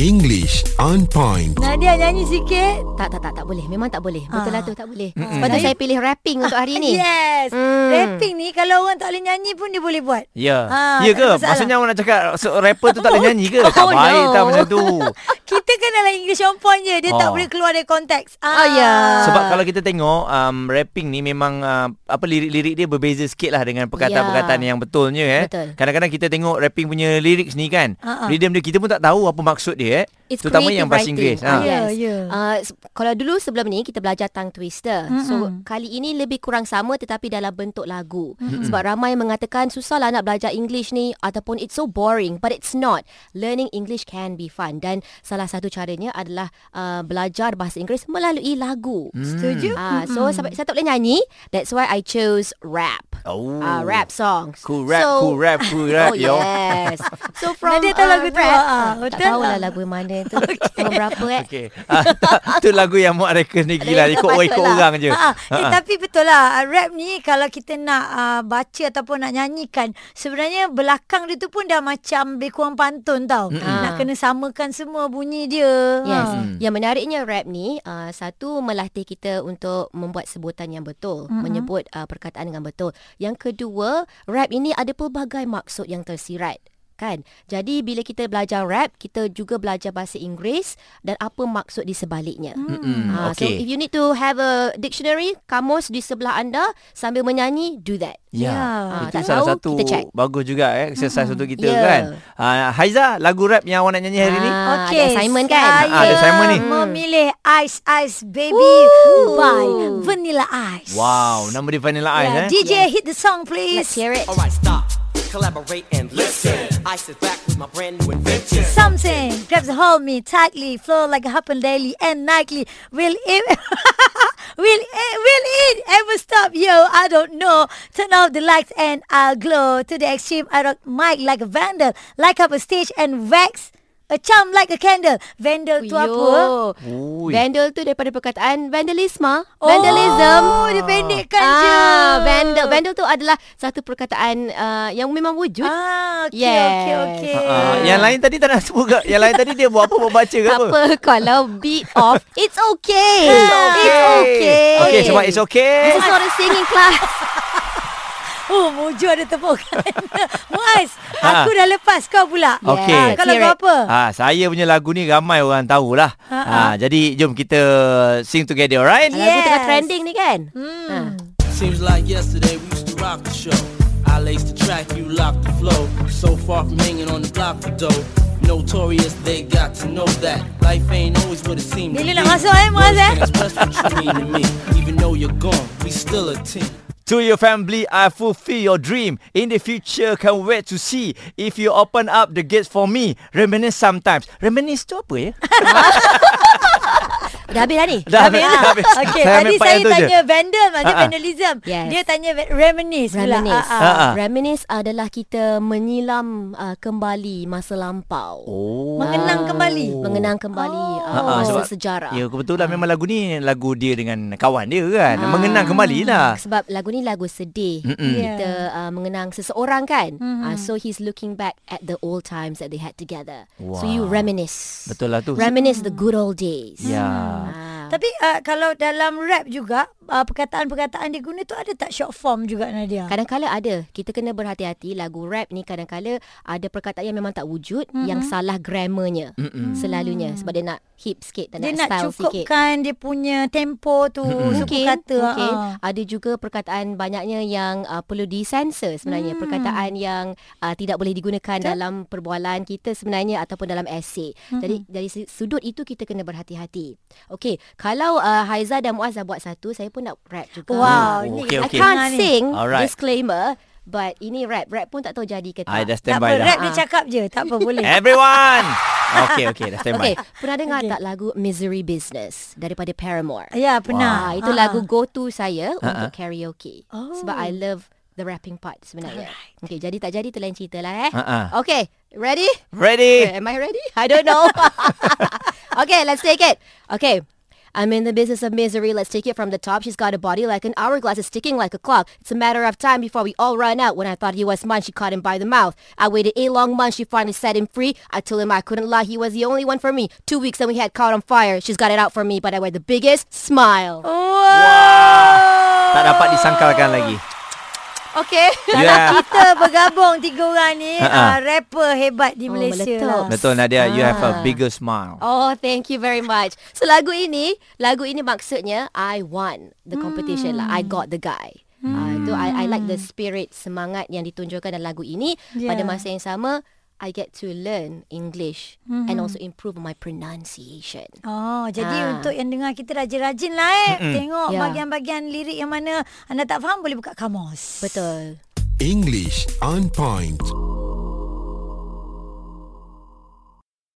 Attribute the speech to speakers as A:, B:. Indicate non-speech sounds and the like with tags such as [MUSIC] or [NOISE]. A: English on point.
B: Nadia nyanyi sikit. Tak, tak, tak, tak boleh. Memang tak boleh. Betul
C: Ah.
B: lah tu, tak boleh. Sebab tu saya pilih rapping untuk hari ni.
C: Yes.
B: Hmm.
C: Rapping ni kalau orang tak boleh nyanyi pun dia boleh buat.
B: Ha,
D: Ya.
C: Ah,
D: ya
C: tak
D: ke?
C: ada masalah.
D: Maksudnya awak nak cakap so, rapper tu tak boleh nyanyi ke? Tak
B: [LAUGHS] Oh,
D: baik
B: no. Ha.
D: tau macam
B: [LAUGHS]
D: tu.
B: Oh.
C: Kita kan dalam English on point je. Dia tak
D: Oh.
C: boleh keluar dari konteks. Ah.
B: Oh, ya.
D: Sebab kalau kita tengok um, rapping ni memang uh, apa lirik-lirik dia berbeza sikit lah dengan perkataan-perkataan
B: Ya.
D: yang betulnya eh.
B: Betul. Ha,
D: Kadang-kadang kita tengok rapping punya lyrics ni kan.
C: Ah, ah.
D: Rhythm dia kita pun tak tahu apa maksud dia eh.
B: It's
D: Terutama
B: creative
D: yang bahasa
B: writing.
D: Inggeris.
B: Ah,
D: Ha.
B: yes.
C: Ya, ya.
B: Uh, se- kalau dulu sebelum ni kita belajar tongue twister. Mm-hmm. So kali ini lebih kurang sama tetapi dalam bentuk lagu. Mm-hmm. Sebab ramai yang mengatakan susahlah nak belajar English ni ataupun it's so boring but it's not. Learning English can be fun dan salah satu caranya adalah uh, belajar bahasa Inggeris melalui lagu. Mm.
D: Hmm.
C: Setuju?
B: Ah, so sampai saya tak boleh nyanyi. That's why I chose rap.
D: Oh.
B: Ah, rap songs.
D: Cool rap,
B: so,
D: cool rap, cool
B: [LAUGHS]
D: rap.
B: Oh
D: yo.
B: yes. So from
C: Nadia tahu
B: uh,
C: lagu tu,
B: rap,
C: ah, ah,
B: tak
C: betul
B: tahulah
C: lah.
B: lagu yang mana
C: [LAUGHS]
B: tu. Okay. Nombor berapa eh?
D: Okay. [LAUGHS] Ah, tu lagu yang Mak Rekon ni gila.
B: Ada yang
D: Ikut orang, ikut
B: terpaksa lah.
D: orang je.
C: Ha, eh,
D: Ah, ah.
C: tapi betul lah ah, Rap ni kalau kita nak uh, baca ataupun nak nyanyikan Sebenarnya belakang dia tu pun dah macam lebih kurang pantun tau
D: Mm-mm.
C: Nak
B: Ah.
C: kena samakan semua bunyi dia
B: Yes.
C: Ha.
B: Hmm. Yang menariknya rap ni, uh, satu melatih kita untuk membuat sebutan yang betul,
C: Mm-mm.
B: mm-hmm. menyebut uh, perkataan dengan betul. Yang kedua, rap ini ada pelbagai maksud yang tersirat. Kan? Jadi bila kita belajar rap, kita juga belajar bahasa Inggeris dan apa maksud di sebaliknya.
C: Hmm.
D: Mm-mm,
B: Ah, So
D: okay.
B: if you need to have a dictionary, kamus di sebelah anda sambil menyanyi, do that.
C: Ya.
D: Ya, yeah. itu
B: Ah, tak
D: salah
B: tahu,
D: satu
B: kita check.
D: bagus juga eh exercise untuk kita
B: Ya.
D: kan. Ah Haiza, lagu rap yang awak nak nyanyi hari ni?
B: Ah, ada assignment kan?
C: Saya
D: Ah, ada assignment ni.
C: memilih Ice Ice Baby
B: Woo.
C: by Vanilla Ice
D: Wow, nama dia Vanilla
B: Ya,
D: Ice
C: yeah,
D: eh.
C: DJ hit the song please
B: Let's hear it.
E: Alright, stop, collaborate and listen. I sit back with my brand new invention.
C: Something grabs a hold me tightly, flow like a happen daily and nightly. Will it? [LAUGHS] will it? Will it ever stop? Yo, I don't know. Turn off the lights and I'll glow to the extreme. I rock mic like a vandal, light up a stage and wax a chum like a candle. Vandal tu apa?
B: Yo.
D: Ui.
B: Vandal tu daripada perkataan vandalisme, vandalism.
C: Oh, dia pendekkan je.
B: Ah, vandal. Vandal tu adalah satu perkataan uh, yang memang wujud. Ah,
C: Ah, okay,
B: Yes.
C: okay, okay.
D: Ah, yang lain tadi tak nak [LAUGHS] sebut ke? Yang lain tadi dia buat apa? Buat baca ke
B: tak
D: apa?
B: apa [LAUGHS] kalau beat off, Uh, it's okay. It's okay.
D: Okay, sebab it's okay.
B: This is not a singing class.
C: Oh, Mojo ada tepukan. [LAUGHS] Muaz,
D: Ha.
C: aku dah lepas kau pula. Ah,
D: Okay.
C: kalau kau
B: Let's hear it.
C: apa?
D: Ah, saya punya lagu ni ramai orang tahulah.
B: Ha,
D: Ah, jadi jom kita sing together, alright?
B: Lagu tengah
C: Yes.
B: trending ni kan? Ah.
F: Seems like yesterday we used to rock the show. I laced the track, you locked the flow. So far from hanging on the block for dough. Notorious, they got to know that life ain't always what it seems to be.
C: Bila nak masuk, eh, Muaz, eh?
F: Words can't express what you mean to me. Even though you're gone, we still a team.
D: To your family, I fulfill your dream. In the future, can't wait to see if you open up the gates for me. Reminisce sometimes. Reminisce tu apa ya?
B: Dah habis dah ni?
D: Dah habis, dah
C: [LAUGHS]
D: habis.
C: Okay, Ha.
D: Saya
C: tadi
D: ambil part
C: lah. saya
D: yang tu je.
C: tanya vandal, maksudnya
D: Ha-ha.
C: vandalism.
B: Yes.
C: Dia tanya va- reminisce pula. Ha,
B: Reminisce.
C: Ha-ha.
D: Ah, ah.
B: Reminisce adalah kita menyilam uh, kembali masa lampau.
D: Oh.
C: Mengenang kembali.
B: Mengenang kembali uh,
D: Ah, ah,
B: masa
D: sebab-
B: sejarah.
D: Ya, kebetulan memang lagu ni lagu dia dengan kawan dia kan. Mengenang kembali lah.
B: Sebab lagu ni lagu sedih.
D: Mm-mm.
C: Yeah. Mm-hmm.
B: Kita uh, mengenang seseorang kan. Uh, so he's looking back at the old times that they had together. So you
D: Wwow.
B: reminisce.
D: Betul lah tu.
B: Reminisce the good old days.
D: Ya.
B: Ah.
C: Tapi uh, kalau dalam rap juga, uh, perkataan-perkataan dia guna tu ada tak short form juga Nadia?
B: Kadang-kala ada. Kita kena berhati-hati. Lagu rap ni kadang-kala ada perkataan yang memang tak wujud. Mm-hmm. Yang salah grammarnya. Mm-hmm. Selalunya. Sebab dia nak hip sikit. Tak
C: Dia
B: nak
C: nak
B: style sikit.
C: cukupkan dia punya tempo
D: Hmm,
C: tu, mm-hmm. suku
B: Mungkin,
C: kata.
B: mungkin
C: ha.
B: ah, ada juga perkataan banyaknya yang uh, perlu disensor sebenarnya hmm. perkataan yang uh, tidak boleh digunakan Betul? dalam perbualan kita sebenarnya ataupun dalam esei. Hmm. Jadi dari se- sudut itu kita kena berhati-hati. Okey, kalau uh, Haiza dan Muaz dah buat satu, saya pun nak rap juga. Hmm.
C: Wow,
D: Oh,
C: ni
D: okey,
B: I
D: okey.
B: can't
C: Ni.
B: sing
D: Alright.
B: disclaimer but ini rap. Rap pun tak tahu jadi ke tak.
D: I dah
C: Tak
D: stand
C: apa,
D: by dah.
C: rap dia
B: Ah.
C: cakap je. Tak apa, boleh.
D: Eh? Everyone. Okay, okay, dah stand
B: Okey,
D: by.
B: pernah dengar okay. tak lagu Misery Business daripada Paramore?
C: Ya, pernah.
B: Ah, itu
C: Ha-ha.
B: lagu go to saya
D: Ha,
B: untuk
D: ha.
B: karaoke.
C: Oh.
B: Sebab I love the rapping part sebenarnya. Alright. Okay, jadi tak jadi tu lain cerita lah eh.
D: Ha, ha.
B: Okay, ready?
D: Ready?
B: [LAUGHS] Am I ready? I don't know. okay, let's take it. Okay. I'm in the business of misery. Let's take it from the top. She's got a body like an hourglass. It's ticking like a clock. It's a matter of time before we all run out. When I thought he was mine, she caught him by the mouth. I waited a long month. She finally set him free. I told him I couldn't lie. He was the only one for me. Two weeks and we had caught on fire. She's got it out for me, but I wear the biggest smile.
D: Tak dapat disangkalkan lagi. Ya.
C: Okay.
D: Yeah.
C: Kita bergabung tiga orang ni
D: Ha-ha.
C: uh, rapper hebat di
B: Oh,
C: Malaysia
B: meletup.
C: lah.
D: Betul Nadia, you have a bigger smile.
B: [LAUGHS] Oh, thank you very much. So lagu ini, lagu ini maksudnya I won the competition lah. I got the guy. Ah, Itu I, I like the spirit semangat yang ditunjukkan dalam lagu ini.
C: Yeah.
B: Pada masa yang sama, I get to learn English and also improve my pronunciation.
C: Oh, jadi
B: Ah.
C: untuk yang dengar kita rajin-rajin lah eh. Mm-mm. Tengok
B: Ya.
C: bahagian-bahagian lirik yang mana anda tak faham boleh buka kamus.
B: Betul.
A: English on point.